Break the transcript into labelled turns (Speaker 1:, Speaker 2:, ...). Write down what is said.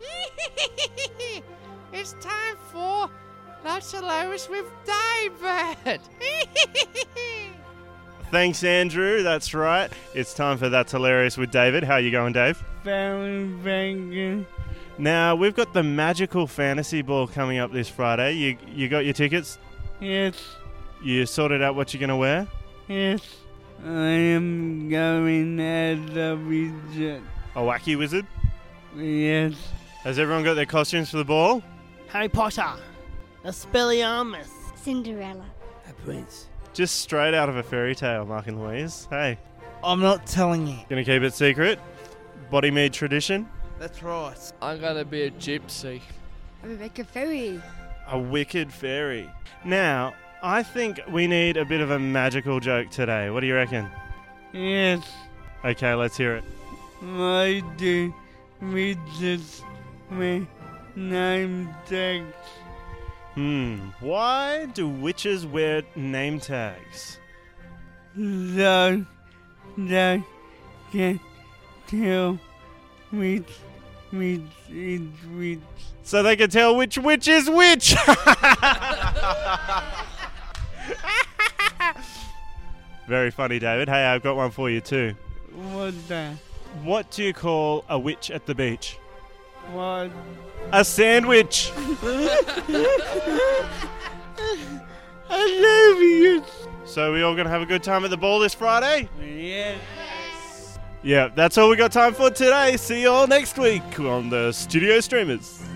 Speaker 1: Not till I was with David.
Speaker 2: Thanks, Andrew. That's right. It's time for That's Hilarious with David. How you going, Dave?
Speaker 3: Very, very good.
Speaker 2: Now, we've got the magical fantasy ball coming up this Friday. You, you got your tickets?
Speaker 3: Yes,
Speaker 2: You sorted out what you're going to wear?
Speaker 3: yes. I am going as a wizard.
Speaker 2: A wacky wizard?
Speaker 3: Yes.
Speaker 2: Has everyone got their costumes for the ball?
Speaker 4: Harry Potter. Espelliarmus.
Speaker 5: Cinderella.
Speaker 6: A prince.
Speaker 2: Just straight out of a fairy tale, Mark and Louise. Hey,
Speaker 4: I'm not telling you.
Speaker 2: gonna keep it secret. Body mead tradition.
Speaker 6: That's right.
Speaker 7: I'm gonna be a gypsy.
Speaker 5: I'm Rebecca Ferry.
Speaker 2: A wicked fairy. Now, I think we need a bit of a magical joke today. What do you reckon?
Speaker 3: Yes.
Speaker 2: Okay, let's hear it.
Speaker 3: I do wizards with name tags.
Speaker 2: Hmm, why do witches wear name tags?
Speaker 3: So they can tell which which is which.
Speaker 2: So they can tell which witch is which! Very funny, David. Hey, I've got one for you too.
Speaker 3: What's that?
Speaker 2: What do you call a witch at the beach?
Speaker 3: What?
Speaker 2: A sandwich!
Speaker 3: I love you.
Speaker 2: So we all gonna have a good time at the ball this Friday?
Speaker 3: Yes.
Speaker 2: Yeah, that's all we got time for today. See you all next week on the Studio Streamers.